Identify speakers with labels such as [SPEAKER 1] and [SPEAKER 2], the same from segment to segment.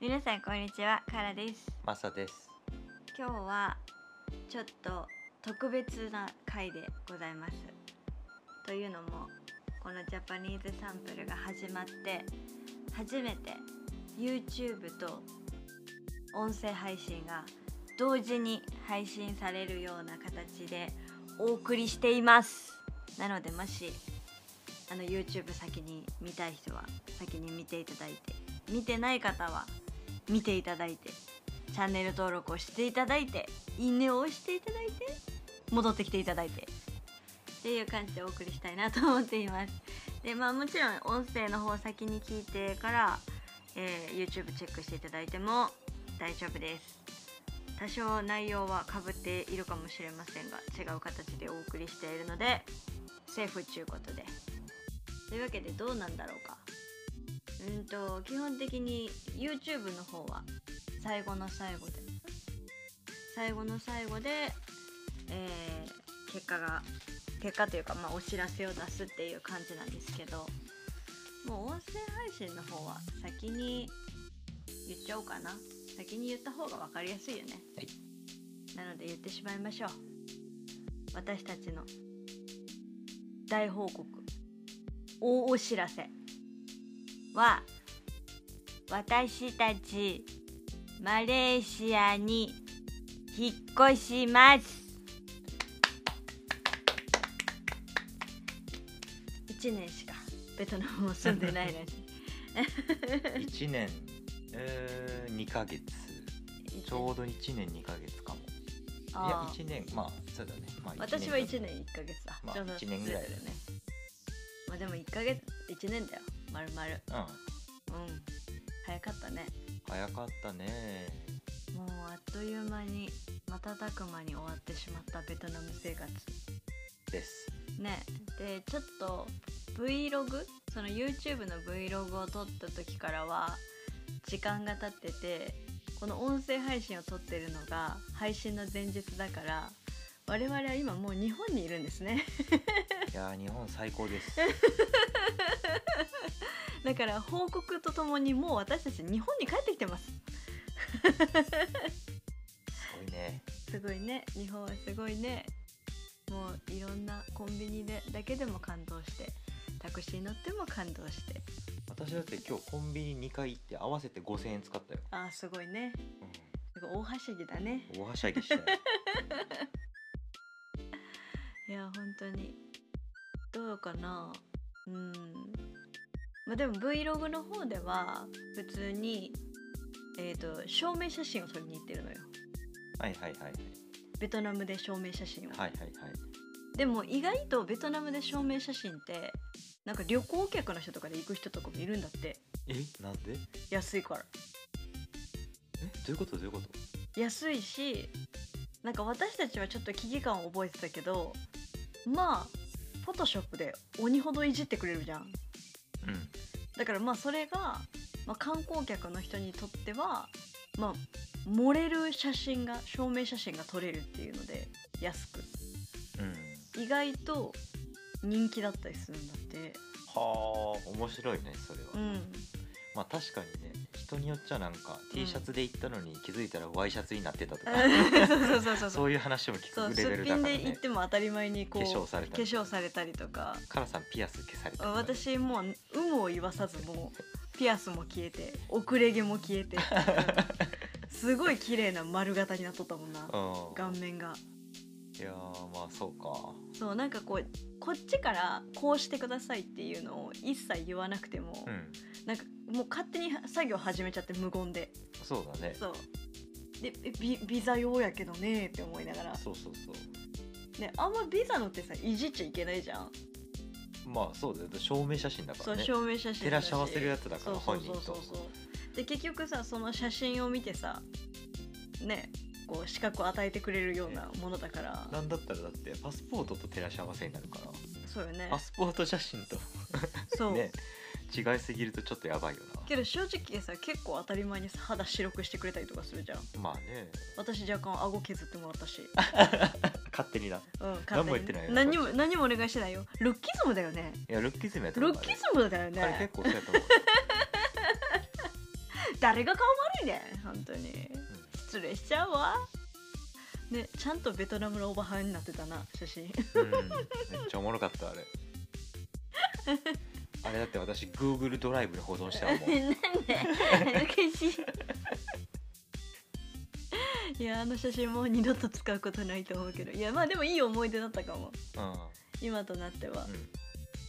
[SPEAKER 1] 皆さんこんにちはカラです
[SPEAKER 2] マ サです。
[SPEAKER 1] 今日はちょっと特別な回でございますというのもこのジャパニーズサンプルが始まって初めて YouTube と音声配信が同時に配信されるような形でお送りしていますなのでもしあの YouTube 先に見たい人は先に見ていただいて見てない方は見ていただいてチャンネル登録をしていただいていいねを押していただいて戻ってきていただいてっていう感じでお送りしたいなと思っていますでまあもちろん音声の方を先に聞いてから、えー YouTube チェックしていただいても大丈夫です多少内容はかぶっているかもしれませんが違う形でお送りしているのでセーフちゅうことでというわけでどうなんだろうかうんと基本的に YouTube の方は最後の最後で最後の最後で、えー結果が結果というか、まあ、お知らせを出すっていう感じなんですけどもう音声配信の方は先に言っちゃおうかな先に言った方が分かりやすいよね、
[SPEAKER 2] はい
[SPEAKER 1] なので言ってしまいましょう私たちの大報告大お知らせは私たちマレーシアに引っ越します1年しかベトナムも住んでないのに
[SPEAKER 2] 一年、えー、二ヶ月。ちょうど一年二ヶ月かも。いや
[SPEAKER 1] あー
[SPEAKER 2] 一年まあそうだね。まあ
[SPEAKER 1] 私は1
[SPEAKER 2] 一
[SPEAKER 1] 年1ヶ月だ、
[SPEAKER 2] まあ
[SPEAKER 1] ちょうど
[SPEAKER 2] 一年ぐらいだ
[SPEAKER 1] よ
[SPEAKER 2] よ
[SPEAKER 1] ねまあでも1ヶ月1年だよまるまる
[SPEAKER 2] だ。うん。
[SPEAKER 1] うん早かったね
[SPEAKER 2] 早かったね。
[SPEAKER 1] もうあっという間に瞬く間に終わってしまったベトナム生活
[SPEAKER 2] です。
[SPEAKER 1] ねでちょっと Vlog その YouTube の Vlog を撮った時からは時間が経っててこの音声配信を撮ってるのが配信の前日だから我々は今もう日本にいるんですね
[SPEAKER 2] いやー日本最高です。
[SPEAKER 1] だから報告とともにもう私たち日本に帰ってきてます
[SPEAKER 2] すごいね。
[SPEAKER 1] すごいね日本はすごいねもういろんなコンビニでだけでも感動してタクシー乗っても感動して
[SPEAKER 2] 私だって今日コンビニ二回行って合わせて五千円使ったよ。
[SPEAKER 1] ああすごいねすごい大はしゃぎだね
[SPEAKER 2] うん。大はしゃぎ したよ。
[SPEAKER 1] いや本当にどうかなうんまあでも Vlog の方では普通にえー、と証明写真を撮りに行ってるのよ
[SPEAKER 2] はいはいはいはい
[SPEAKER 1] ベトナムで証明写真を、
[SPEAKER 2] はいはいはい。
[SPEAKER 1] でも意外とベトナムで証明写真ってなんか旅行客の人とかで行く人とかもいるんだって
[SPEAKER 2] えなんで？
[SPEAKER 1] 安いから
[SPEAKER 2] えどういうことどういうこと？
[SPEAKER 1] 安いしなんか私たちはちょっと危機感を覚えてたけどまあフォトショップで鬼ほどいじってくれるじゃん
[SPEAKER 2] うん。
[SPEAKER 1] だからまあそれが、まあ、観光客の人にとってはまあ漏れる写真が証明写真が撮れるっていうので安く
[SPEAKER 2] うん。
[SPEAKER 1] 意外と人気だったりするんだって
[SPEAKER 2] はあ面白いねそれは。
[SPEAKER 1] うん
[SPEAKER 2] まあ確かにね人によっちゃなんか
[SPEAKER 1] うん
[SPEAKER 2] T シャツで行ったのに気づいたらワイシャツになってたとか、
[SPEAKER 1] そうそうそうそ
[SPEAKER 2] そうういう話も
[SPEAKER 1] そ
[SPEAKER 2] 聞
[SPEAKER 1] う
[SPEAKER 2] くレ
[SPEAKER 1] す
[SPEAKER 2] ベ
[SPEAKER 1] っ
[SPEAKER 2] ル
[SPEAKER 1] ぴ
[SPEAKER 2] だ
[SPEAKER 1] ん
[SPEAKER 2] から
[SPEAKER 1] で行っ。
[SPEAKER 2] ね
[SPEAKER 1] ても当たり前にこ
[SPEAKER 2] 化
[SPEAKER 1] う
[SPEAKER 2] 粧された
[SPEAKER 1] 化粧されたりとか
[SPEAKER 2] カラさんピアス消されたとかね、
[SPEAKER 1] 私もう有無を言わさずもうピアスも消えて遅れ毛も消え てすごい綺麗な丸型になっとったもんな
[SPEAKER 2] うん
[SPEAKER 1] 顔面が
[SPEAKER 2] いやーまあそうか
[SPEAKER 1] そうなんかこうこっちからこうしてくださいっていうのを一切言わなくても、
[SPEAKER 2] うん
[SPEAKER 1] なんかもう勝手に作業始めちゃって無言で
[SPEAKER 2] そうだね
[SPEAKER 1] そうでえビビザ用やけどねって思いながら、
[SPEAKER 2] そうそうそう
[SPEAKER 1] ね、あんまビザのってさいじっちゃいけないじゃん、
[SPEAKER 2] まあそうだよ証明写真だか
[SPEAKER 1] そ
[SPEAKER 2] ら
[SPEAKER 1] う
[SPEAKER 2] ね
[SPEAKER 1] 証明写真
[SPEAKER 2] 照らし合わせるやつだから
[SPEAKER 1] そう
[SPEAKER 2] 本
[SPEAKER 1] そ
[SPEAKER 2] 人
[SPEAKER 1] うそう
[SPEAKER 2] と
[SPEAKER 1] そうそうで結局さその写真を見てさねこう資格を与えてくれるようなものだから、
[SPEAKER 2] なんだったらだってパスポートと照らし合わせになるから
[SPEAKER 1] そうよね
[SPEAKER 2] パスポート写真と
[SPEAKER 1] そう、
[SPEAKER 2] ね違いすぎるとちょっとやばいよ
[SPEAKER 1] けど正直さ結構当たり前にさ肌白くしてくれたりとかするじゃん
[SPEAKER 2] なまあね
[SPEAKER 1] 私若干顎削ってもらったし、
[SPEAKER 2] 勝手にだ
[SPEAKER 1] うん、
[SPEAKER 2] 何も言ってないよ
[SPEAKER 1] 何も何もお願いしてないよルッキズムだよね
[SPEAKER 2] いやルッキズムやった
[SPEAKER 1] ル
[SPEAKER 2] の
[SPEAKER 1] ッ
[SPEAKER 2] かあれ
[SPEAKER 1] キズムだよ
[SPEAKER 2] あれ結
[SPEAKER 1] ね
[SPEAKER 2] 構そうやと思う
[SPEAKER 1] 誰が顔いね本当に失礼しちゃうわねちゃんとベトナムのオーバーハンになってたな写真
[SPEAKER 2] うん、めっちゃおもろかったあ れあれだって私 Google ドライブに保存したわも ん
[SPEAKER 1] なんで恥ずかしいいやあの写真もう二度と使うことないと思うけどいやまあでもいい思い出だったかも 今となっては
[SPEAKER 2] うん、うん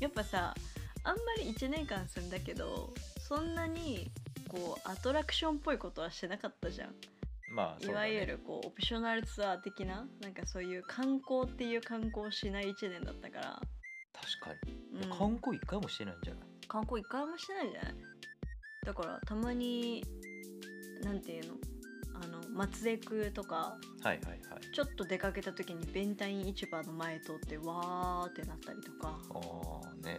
[SPEAKER 1] やっぱさあんまり1年間住んだけどそんなにこうアトラクションっぽいことはしてなかったじゃん
[SPEAKER 2] まあ
[SPEAKER 1] い
[SPEAKER 2] そうだ、
[SPEAKER 1] わ
[SPEAKER 2] ね、
[SPEAKER 1] ゆるこうオプショナルツアー的ななんかそういう観光っていう観光をしない1年だったから、
[SPEAKER 2] 確かに、
[SPEAKER 1] うん、
[SPEAKER 2] 観光一回もしてないんじゃない
[SPEAKER 1] 観光一回もしてないんじゃないだからたまになんていうのあの松江区とか
[SPEAKER 2] はいはいはい
[SPEAKER 1] ちょっと出かけた時にベンタイン市場の前通ってわーってなったりとか
[SPEAKER 2] ああね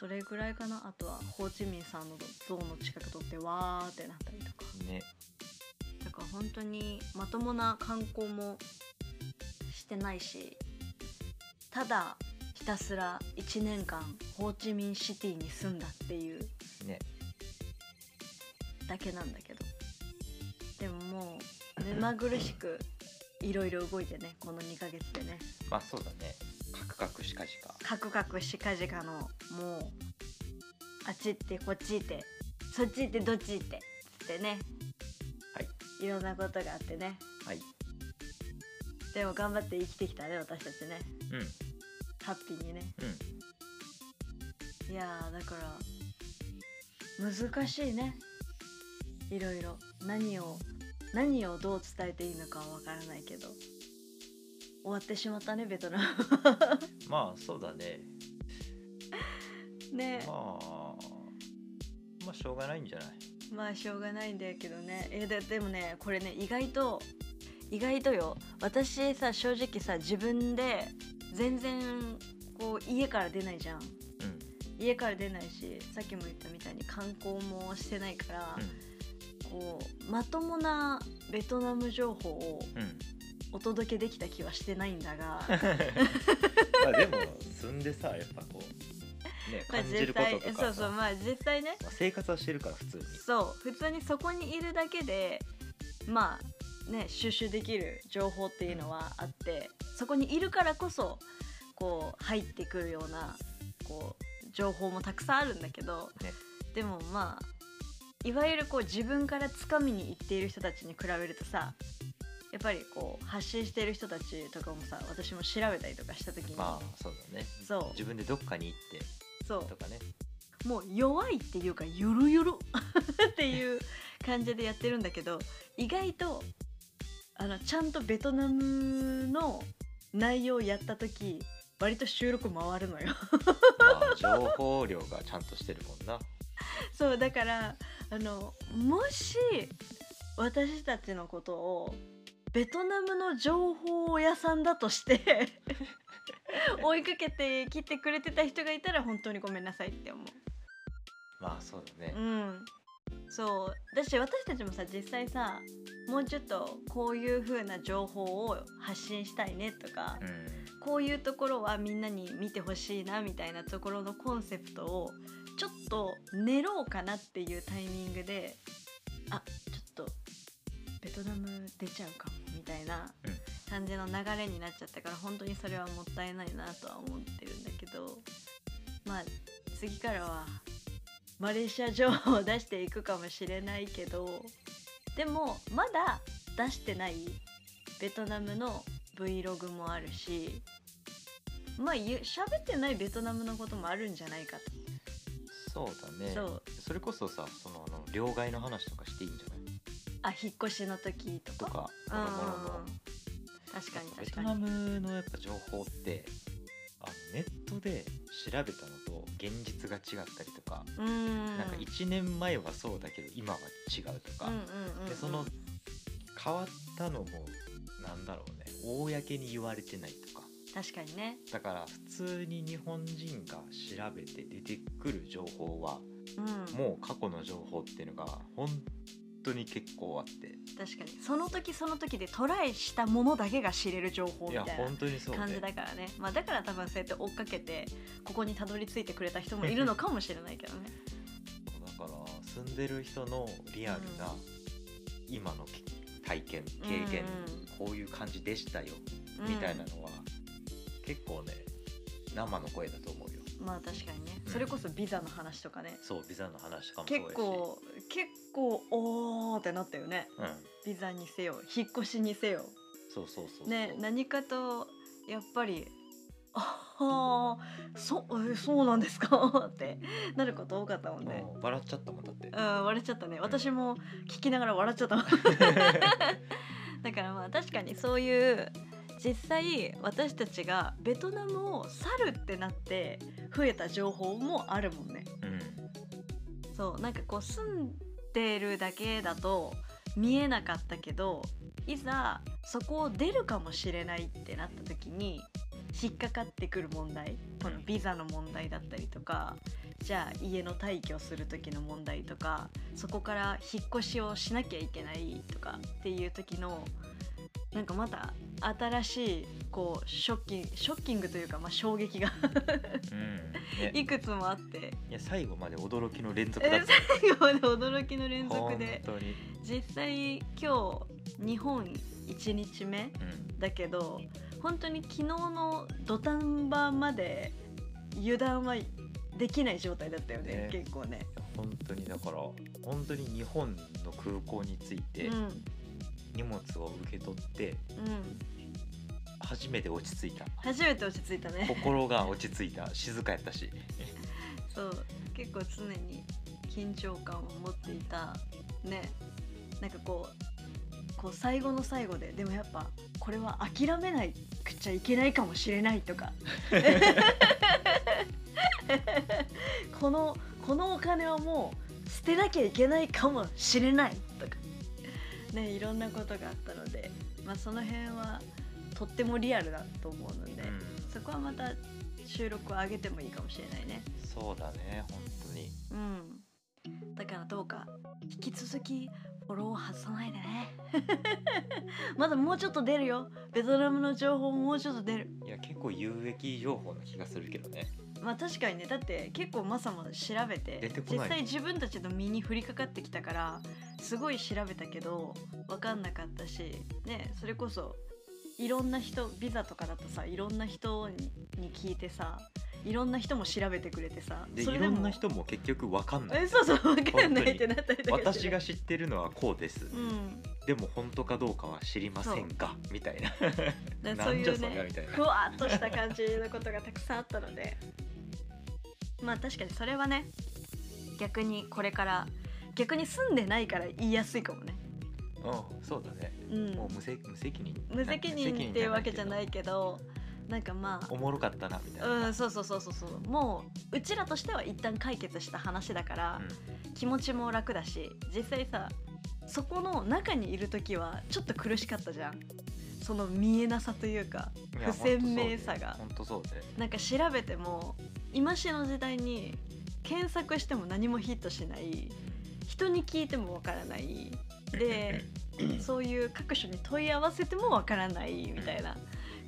[SPEAKER 1] それぐらいかなあとはホーチミンさんの像の近く通ってわーってなったりとか
[SPEAKER 2] ね
[SPEAKER 1] だから本当にまともな観光もしてないしただひたすら1年間ホーチミンシティに住んだっていう
[SPEAKER 2] ね
[SPEAKER 1] だけなんだけどでももう目まぐるしくいろいろ動いてねこの2ヶ月でね
[SPEAKER 2] まあそうだねカクカクしかじか
[SPEAKER 1] カクカクしかじかのもうあっち行ってこっち行ってそっち行ってどっち行ってってね
[SPEAKER 2] はい
[SPEAKER 1] いろんなことがあってね
[SPEAKER 2] はい
[SPEAKER 1] でも頑張って生きてきたね私たちね
[SPEAKER 2] うんうん
[SPEAKER 1] ハッピーにねいやーだから難しいねいろいろ何を何をどう伝えていいのかはわからないけど終わってしまったねベトナ
[SPEAKER 2] まあそうだね
[SPEAKER 1] ム ね
[SPEAKER 2] まあまあしょうがないんじゃない
[SPEAKER 1] まあしょうがないんだけどねえででもねこれね意外と意外とよ私さ正直さ自分で全然こう家から出ないじゃん
[SPEAKER 2] うん
[SPEAKER 1] 家から出ないしさっきも言ったみたいに観光もしてないから、こうまともなベトナム情報を
[SPEAKER 2] うんうん
[SPEAKER 1] お届けできた気はしてないんだが
[SPEAKER 2] まあでも住んでさやっぱこうね
[SPEAKER 1] まあ
[SPEAKER 2] 感じ
[SPEAKER 1] 実
[SPEAKER 2] るこ
[SPEAKER 1] 際
[SPEAKER 2] ととか
[SPEAKER 1] そう
[SPEAKER 2] さ
[SPEAKER 1] そう
[SPEAKER 2] ま
[SPEAKER 1] まあ実際ね
[SPEAKER 2] あ生活はしてるから普通に
[SPEAKER 1] そう普通にそこにいるだけでまあね収集できる情報っていうのはあってそこにいるからこそこう入ってくるようなこう情報もたくさんあるんだけど、
[SPEAKER 2] ね
[SPEAKER 1] でもまあいわゆるこう自分からつかみに行っている人たちに比べるとさやっぱりこう発信している人たちとかもさ私も調べたりとかした時に、
[SPEAKER 2] まあそうだね
[SPEAKER 1] そ
[SPEAKER 2] 自分でどっかに行って
[SPEAKER 1] うそう
[SPEAKER 2] とか ね
[SPEAKER 1] もう弱いっていうかゆるゆる っていう感じでやってるんだけど意外とあのちゃんとベトナムの内容をやった時割と収録回るのよ
[SPEAKER 2] まあ情報量がちゃんとしてるもんな
[SPEAKER 1] そうだからあのもし私たちのことをベトナムの情報屋さんだとして 追いかけてきてくれてた人がいたら本当にごめんなさいって思う。
[SPEAKER 2] まあそうだね
[SPEAKER 1] うんそうだし私たちもさ実際さもうちょっとこういう風な情報を発信したいねとか、
[SPEAKER 2] うん
[SPEAKER 1] こういうところはみんなに見てほしいなみたいなところのコンセプトをちょっと練ろうかなっていうタイミングであちょっとベトナム出ちゃうかもみたいな
[SPEAKER 2] うん
[SPEAKER 1] 感じの流れになっちゃったから本当にそれはもったいないなとは思ってるんだけどまあ次からはマレーシア情報を出していくかもしれないけどでもまだ出してないベトナムの Vlog もあるしまあゆ喋ってないベトナムのこともあるんじゃないかと、
[SPEAKER 2] そうだね
[SPEAKER 1] そう
[SPEAKER 2] それこそさそのあの両替の話とかしていいんじゃない
[SPEAKER 1] あ引っ越しの時と
[SPEAKER 2] と
[SPEAKER 1] か
[SPEAKER 2] か
[SPEAKER 1] うんうんうん
[SPEAKER 2] 諸々の
[SPEAKER 1] 確かに
[SPEAKER 2] ベ
[SPEAKER 1] 確
[SPEAKER 2] ト
[SPEAKER 1] か
[SPEAKER 2] ナ
[SPEAKER 1] に
[SPEAKER 2] ムのやっぱ情報ってあのネットで調べたのと現実が違ったりとか、
[SPEAKER 1] うーん
[SPEAKER 2] なんか1年前はそうだけど今は違うとか、
[SPEAKER 1] うんうんうんうん
[SPEAKER 2] でその変わったのもなんだろうね公に言われてないとか
[SPEAKER 1] 確かにね
[SPEAKER 2] だから普通に日本人が調べて出てくる情報は
[SPEAKER 1] うん
[SPEAKER 2] もう過去の情報っていうのが本当に結構あって
[SPEAKER 1] 確かにその時その時でトライしたものだけが知れる情報
[SPEAKER 2] い
[SPEAKER 1] みた
[SPEAKER 2] や
[SPEAKER 1] いな
[SPEAKER 2] 本当にそう
[SPEAKER 1] 感
[SPEAKER 2] で
[SPEAKER 1] じだからねまあ、だから多分そうやって追っかけてここにたどり着いてくれた人もいるのかもしれないけどね
[SPEAKER 2] だから住んでる人のリアルな今のき体験経験、こういう感じでしたよ
[SPEAKER 1] うん
[SPEAKER 2] みたいなのは、結構ね生の声だと思うよ
[SPEAKER 1] まあ確かにね、
[SPEAKER 2] うん
[SPEAKER 1] それこそビザの話とかね
[SPEAKER 2] そうビザの話とかもそうやし
[SPEAKER 1] 結構結構おーってなったよね
[SPEAKER 2] うん
[SPEAKER 1] ビザにせよ引っ越しにせよ
[SPEAKER 2] そうそうそうそう
[SPEAKER 1] ね何かとやっぱりああそえそうなんですか ってなること多かったもんね。
[SPEAKER 2] うん笑っちゃったもんだって
[SPEAKER 1] うん、笑っちゃったね私も聞きながら笑っちゃった だからまあ確かにそういう実際私たちがベトナムを去るってなって増えた情報もあるもんね
[SPEAKER 2] うん
[SPEAKER 1] そうなんかこう住んでるだけだと見えなかったけどいざそこを出るかもしれないってなった時に引っかかってくる問題このビザの問題だったりとかじゃあ家の退去する時の問題とかそこから引っ越しをしなきゃいけないとかっていう時のなんかまた新しいこうショッキングショッキングというか、まあ、衝撃が
[SPEAKER 2] うんね
[SPEAKER 1] いくつもあって
[SPEAKER 2] いや最後まで驚きの連続
[SPEAKER 1] え
[SPEAKER 2] だ
[SPEAKER 1] 最
[SPEAKER 2] った
[SPEAKER 1] 後まで驚きの連続
[SPEAKER 2] 本
[SPEAKER 1] で。
[SPEAKER 2] 当に
[SPEAKER 1] 実際今日日本1日目
[SPEAKER 2] うん
[SPEAKER 1] だけど本当に昨日の土壇場まで油断はできない状態だったよね
[SPEAKER 2] ね
[SPEAKER 1] 結構ね。
[SPEAKER 2] 本当にだから本当に日本の空港に着いうて
[SPEAKER 1] ん
[SPEAKER 2] 荷物を受け取って
[SPEAKER 1] うん、
[SPEAKER 2] 初めて落ち着いた
[SPEAKER 1] 初めて落ち着いたね
[SPEAKER 2] 心が落ち着いた静かやったし
[SPEAKER 1] そう結構常に緊張感を持っていたねなんかこうこう最後の最後ででもやっぱこれは諦めないくちゃいけないかもしれないとかこのこのお金はもう捨てなきゃいけないかもしれないとかねいろんなことがあったので、まあ、その辺はとってもリアルだと思うので、
[SPEAKER 2] うん
[SPEAKER 1] そこはまた収録を上げてもいいかもしれないね。
[SPEAKER 2] そうだね本当に
[SPEAKER 1] うん。だからどうか引き続きフォローを外さないでね。 まだもうちょっと出るよ。ベトナムの情報もうちょっと出る。
[SPEAKER 2] いや結構有益情報な気がするけどね
[SPEAKER 1] まあ確かにね、だって結構マサも調べて
[SPEAKER 2] 出てこ
[SPEAKER 1] 実
[SPEAKER 2] ない
[SPEAKER 1] 際自分たちの身に降りかかってきたからすごい調べたけど分かんなかったし、ね、それこそいろんな人ビザとかだとさいろんな人にに聞いてさいろんな人も調べてくれてさ
[SPEAKER 2] でい
[SPEAKER 1] それで
[SPEAKER 2] ろ
[SPEAKER 1] も
[SPEAKER 2] んな人も結局わかんな
[SPEAKER 1] え
[SPEAKER 2] い
[SPEAKER 1] そうそう分かんないってなったりとかして
[SPEAKER 2] 私が知ってるのはこうです、
[SPEAKER 1] うん
[SPEAKER 2] でも本当かどうかは知りませんがみたいな
[SPEAKER 1] だから
[SPEAKER 2] な
[SPEAKER 1] そうんい
[SPEAKER 2] じゃ
[SPEAKER 1] う
[SPEAKER 2] そりゃ
[SPEAKER 1] ね
[SPEAKER 2] みたいな
[SPEAKER 1] ふわっとした感じのことがたくさんあったのでまあ確かにそれはね逆にこれから逆に住んでないから言いやすいかもね、
[SPEAKER 2] うんそうだね、
[SPEAKER 1] うん
[SPEAKER 2] もう、無責無責任
[SPEAKER 1] 無責任っていうわけじゃない
[SPEAKER 2] け
[SPEAKER 1] けどなんかま
[SPEAKER 2] どおもろかったなみたい
[SPEAKER 1] あ
[SPEAKER 2] な、
[SPEAKER 1] うんそうそうそうそうそうもううちらとしては一旦解決した話だから、気持ちも楽だし実際さそこの中にいる時はちょっと苦しかったじゃんその見えなさというか
[SPEAKER 2] い
[SPEAKER 1] 不
[SPEAKER 2] や
[SPEAKER 1] 鮮明さが
[SPEAKER 2] 本当そうで
[SPEAKER 1] なんか調べても今しの時代に検索しても何もヒットしない人に聞いてもわからない でそういう各所に問い合わせてもわからないみたいな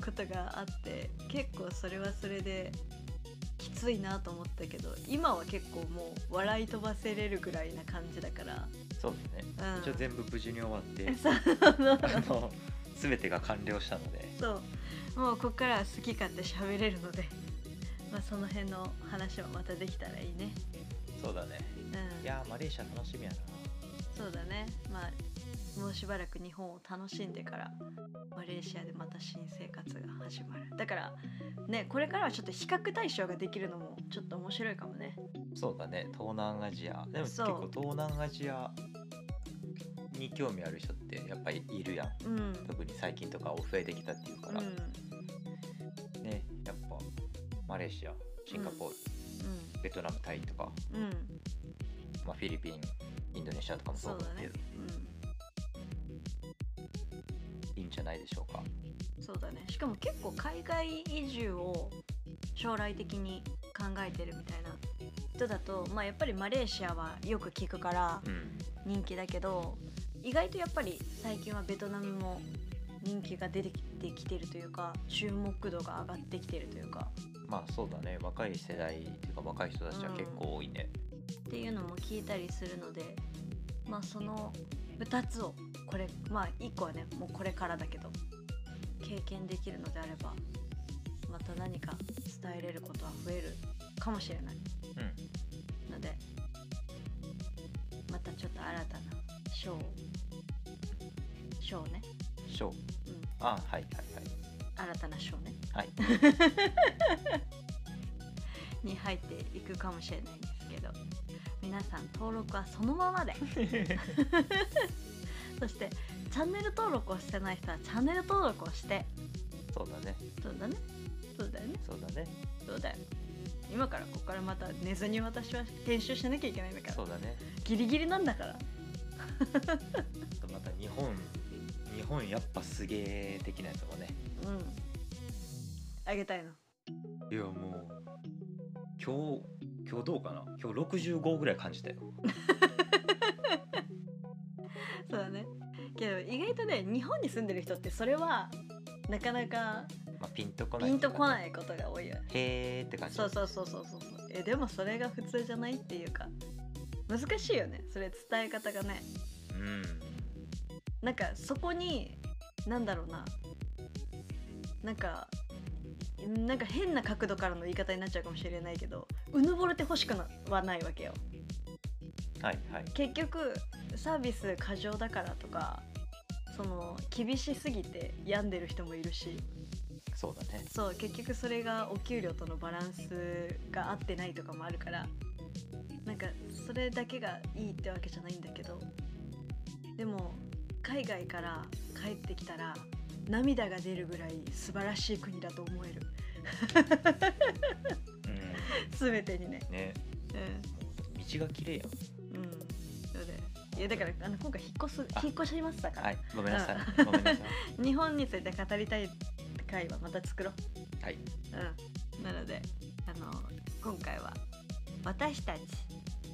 [SPEAKER 1] ことがあって結構それはそれできついなと思ったけど今は結構もう笑い飛ばせれるぐらいな感じだから。
[SPEAKER 2] そうですね
[SPEAKER 1] うん
[SPEAKER 2] 一応全部無事に終わっ て
[SPEAKER 1] そう
[SPEAKER 2] あの全てが完了したので
[SPEAKER 1] そうもうここからは好き勝手喋れるので、まあ、その辺の話もまたできたらいいね
[SPEAKER 2] そうだね
[SPEAKER 1] うん
[SPEAKER 2] いやーマレーシア楽しみやな
[SPEAKER 1] そうだねまあもうしばらく日本を楽しんでからマレーシアでまた新生活が始まるだからねこれからはちょっと比較対象ができるのもちょっと面白いかもね
[SPEAKER 2] そうだね東南アジアでも結
[SPEAKER 1] そう
[SPEAKER 2] 構東南アジアに興味ある人ってやっぱりいるやん
[SPEAKER 1] うんうん
[SPEAKER 2] 特に最近とか増えてきたっていうから、ねやっぱマレーシアシンガポール、ベトナムタイとか、
[SPEAKER 1] うんうん
[SPEAKER 2] まあ、フィリピンインドネシアとかもそ
[SPEAKER 1] そうう
[SPEAKER 2] だ
[SPEAKER 1] だ
[SPEAKER 2] け
[SPEAKER 1] ね
[SPEAKER 2] ど、いいんじゃないでしょうか
[SPEAKER 1] うんそうだねしかも結構海外移住を将来的に考えてるみたいな人だとまあやっぱりマレーシアはよく聞くから
[SPEAKER 2] うん
[SPEAKER 1] 人気だけど意外とやっぱり最近はベトナムも人気が出てきてるというか注目度が上がってきてるというか
[SPEAKER 2] まあそうだね若い世代っていうか若い人たちは結構多いね、
[SPEAKER 1] っていうのも聞いたりするのでまあその2つをこれまあ1個はねもうこれからだけど経験できるのであればまた何か伝えれることは増えるかもしれない
[SPEAKER 2] うん
[SPEAKER 1] のでまたちょっと新たな賞を賞ね、
[SPEAKER 2] ショー
[SPEAKER 1] うん、
[SPEAKER 2] あはいはいはい
[SPEAKER 1] 新たな賞ね
[SPEAKER 2] はい
[SPEAKER 1] に入っていくかもしれないんですけど皆さん登録はそのままで そしてチャンネル登録をしてない人はチャンネル登録をして
[SPEAKER 2] そうだね
[SPEAKER 1] そうだねそうだよね
[SPEAKER 2] そうだね
[SPEAKER 1] そうだよ今からここからまた寝ずに私は編集しなきゃいけないんだから
[SPEAKER 2] そうだね
[SPEAKER 1] ギリギリなんだから
[SPEAKER 2] あとまた日本日本やっぱすげえ的なやつもね
[SPEAKER 1] うんあげたいの
[SPEAKER 2] いやもう今日今日どうかな今日65ぐらい感じたよ
[SPEAKER 1] そうだねけど意外とね日本に住んでる人ってそれはなかなか
[SPEAKER 2] まあピンとこない
[SPEAKER 1] ピンとこ
[SPEAKER 2] い
[SPEAKER 1] ないことが多いよね
[SPEAKER 2] へーって感じ
[SPEAKER 1] そうそうそうそうそうそうえでもそれが普通じゃないっていうか難しいよねそれ伝え方がね
[SPEAKER 2] うん
[SPEAKER 1] なんかそこになんだろうななんかなんか変な角度からの言い方になっちゃうかもしれないけどうぬぼれてほしくなはないわけよ
[SPEAKER 2] はいはい
[SPEAKER 1] 結局サービス過剰だからとかその厳しすぎて病んでる人もいるし
[SPEAKER 2] そうだね
[SPEAKER 1] そう結局それがお給料とのバランスが合ってないとかもあるからなんかそれだけがいいってわけじゃないんだけどでも海外から帰ってきたら涙が出るぐらい素晴らしい国だと思える
[SPEAKER 2] うん
[SPEAKER 1] 全てにね
[SPEAKER 2] ねもう道が綺麗やん
[SPEAKER 1] うんうんそうだよいやだからあの今回引っ越す
[SPEAKER 2] あ
[SPEAKER 1] 引っ越しましたから、
[SPEAKER 2] はいごめんなさいごめん なさい
[SPEAKER 1] 日本について語りたい回はまた作ろう
[SPEAKER 2] はい
[SPEAKER 1] うん、なのであの今回は私たち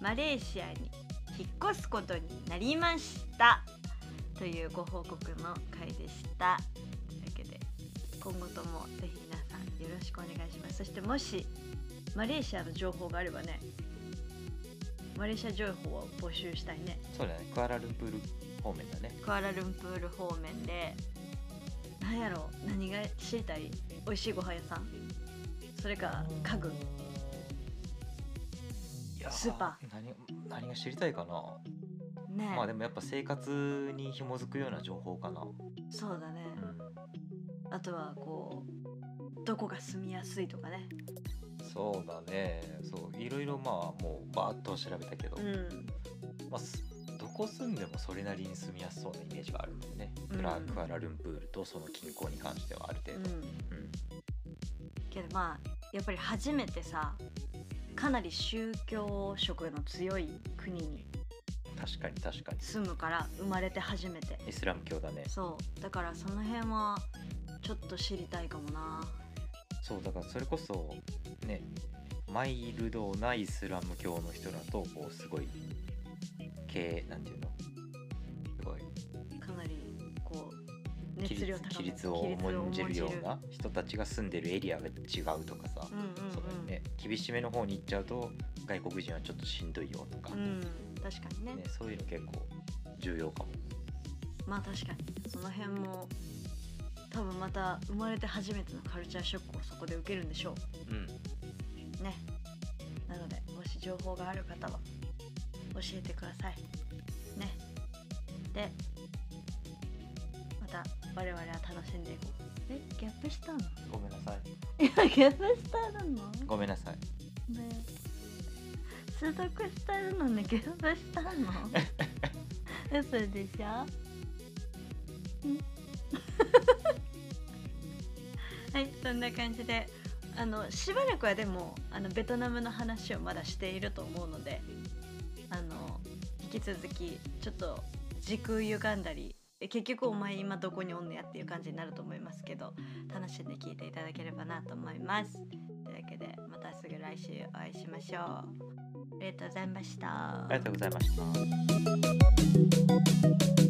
[SPEAKER 1] マレーシアに引っ越すことになりましたというご報告の回でしたというわけで今後ともぜひ皆さんよろしくお願いしますそしてもしマレーシアの情報があればねマレーシア情報を募集したいね
[SPEAKER 2] そうだねクアラルンプール方面だね
[SPEAKER 1] クアラルンプール方面で何やろう何が知りたい美味しいご飯屋さんそれか家具
[SPEAKER 2] いや
[SPEAKER 1] スーパ
[SPEAKER 2] ー何何が知りたいかな、
[SPEAKER 1] ねえ
[SPEAKER 2] まあでもやっぱ生活に紐づくような情報かな、
[SPEAKER 1] そうだね、
[SPEAKER 2] う
[SPEAKER 1] あとはこうどこが住みやすいとかね
[SPEAKER 2] ん、そうだねそういろいろまあもうバーッと調べたけど、
[SPEAKER 1] うん
[SPEAKER 2] まあ、すどこ住んでもそれなりに住みやすそうなイメージがあるんだよね、
[SPEAKER 1] うん
[SPEAKER 2] クラクアラルンプールとその近郊に関してはある
[SPEAKER 1] う
[SPEAKER 2] 程度、
[SPEAKER 1] ん
[SPEAKER 2] うん
[SPEAKER 1] けどまあやっぱり初めてさかなり宗教色の強い国に
[SPEAKER 2] 確かに確かに
[SPEAKER 1] 住むから生まれて初めて
[SPEAKER 2] イスラム教だね
[SPEAKER 1] そうだからその辺はちょっと知りたいかもな
[SPEAKER 2] そうだからそれこそねマイルドなイスラム教の人だとこうすごい系なんていうのすごい
[SPEAKER 1] かなりこう
[SPEAKER 2] 規
[SPEAKER 1] 熱量高
[SPEAKER 2] 律
[SPEAKER 1] め
[SPEAKER 2] 規律を重んじるような人たちが住んでるエリアが違うとかさ、
[SPEAKER 1] うんうんうん
[SPEAKER 2] そのね、厳しめの方に行っちゃうと外国人はちょっとしんどいよとか、
[SPEAKER 1] うん確かにね
[SPEAKER 2] ね、そういうの結構重要かも。
[SPEAKER 1] まあ確かにその辺も多分また生まれて初めてのカルチャーショックをそこで受けるんでしょ
[SPEAKER 2] うん
[SPEAKER 1] うねなのでもし情報がある方は教えてくださいねでまた我々は楽しんでいこうえギャップしたの
[SPEAKER 2] ごめんなさい。
[SPEAKER 1] いやギャップしたなの
[SPEAKER 2] ごめんなさい。
[SPEAKER 1] ね所属してるのにギャップしたの嘘でし ょんはいそんな感じであのしばらくはでもあのベトナムの話をまだしていると思うのであの引き続きちょっと時空歪んだりえ結局お前今どこにおんのやっていう感じになると思いますけど楽しんで聞いていただければなと思います。というわけでまたすぐ来週お会いしましょうありがとうございました
[SPEAKER 2] ありがとうございました。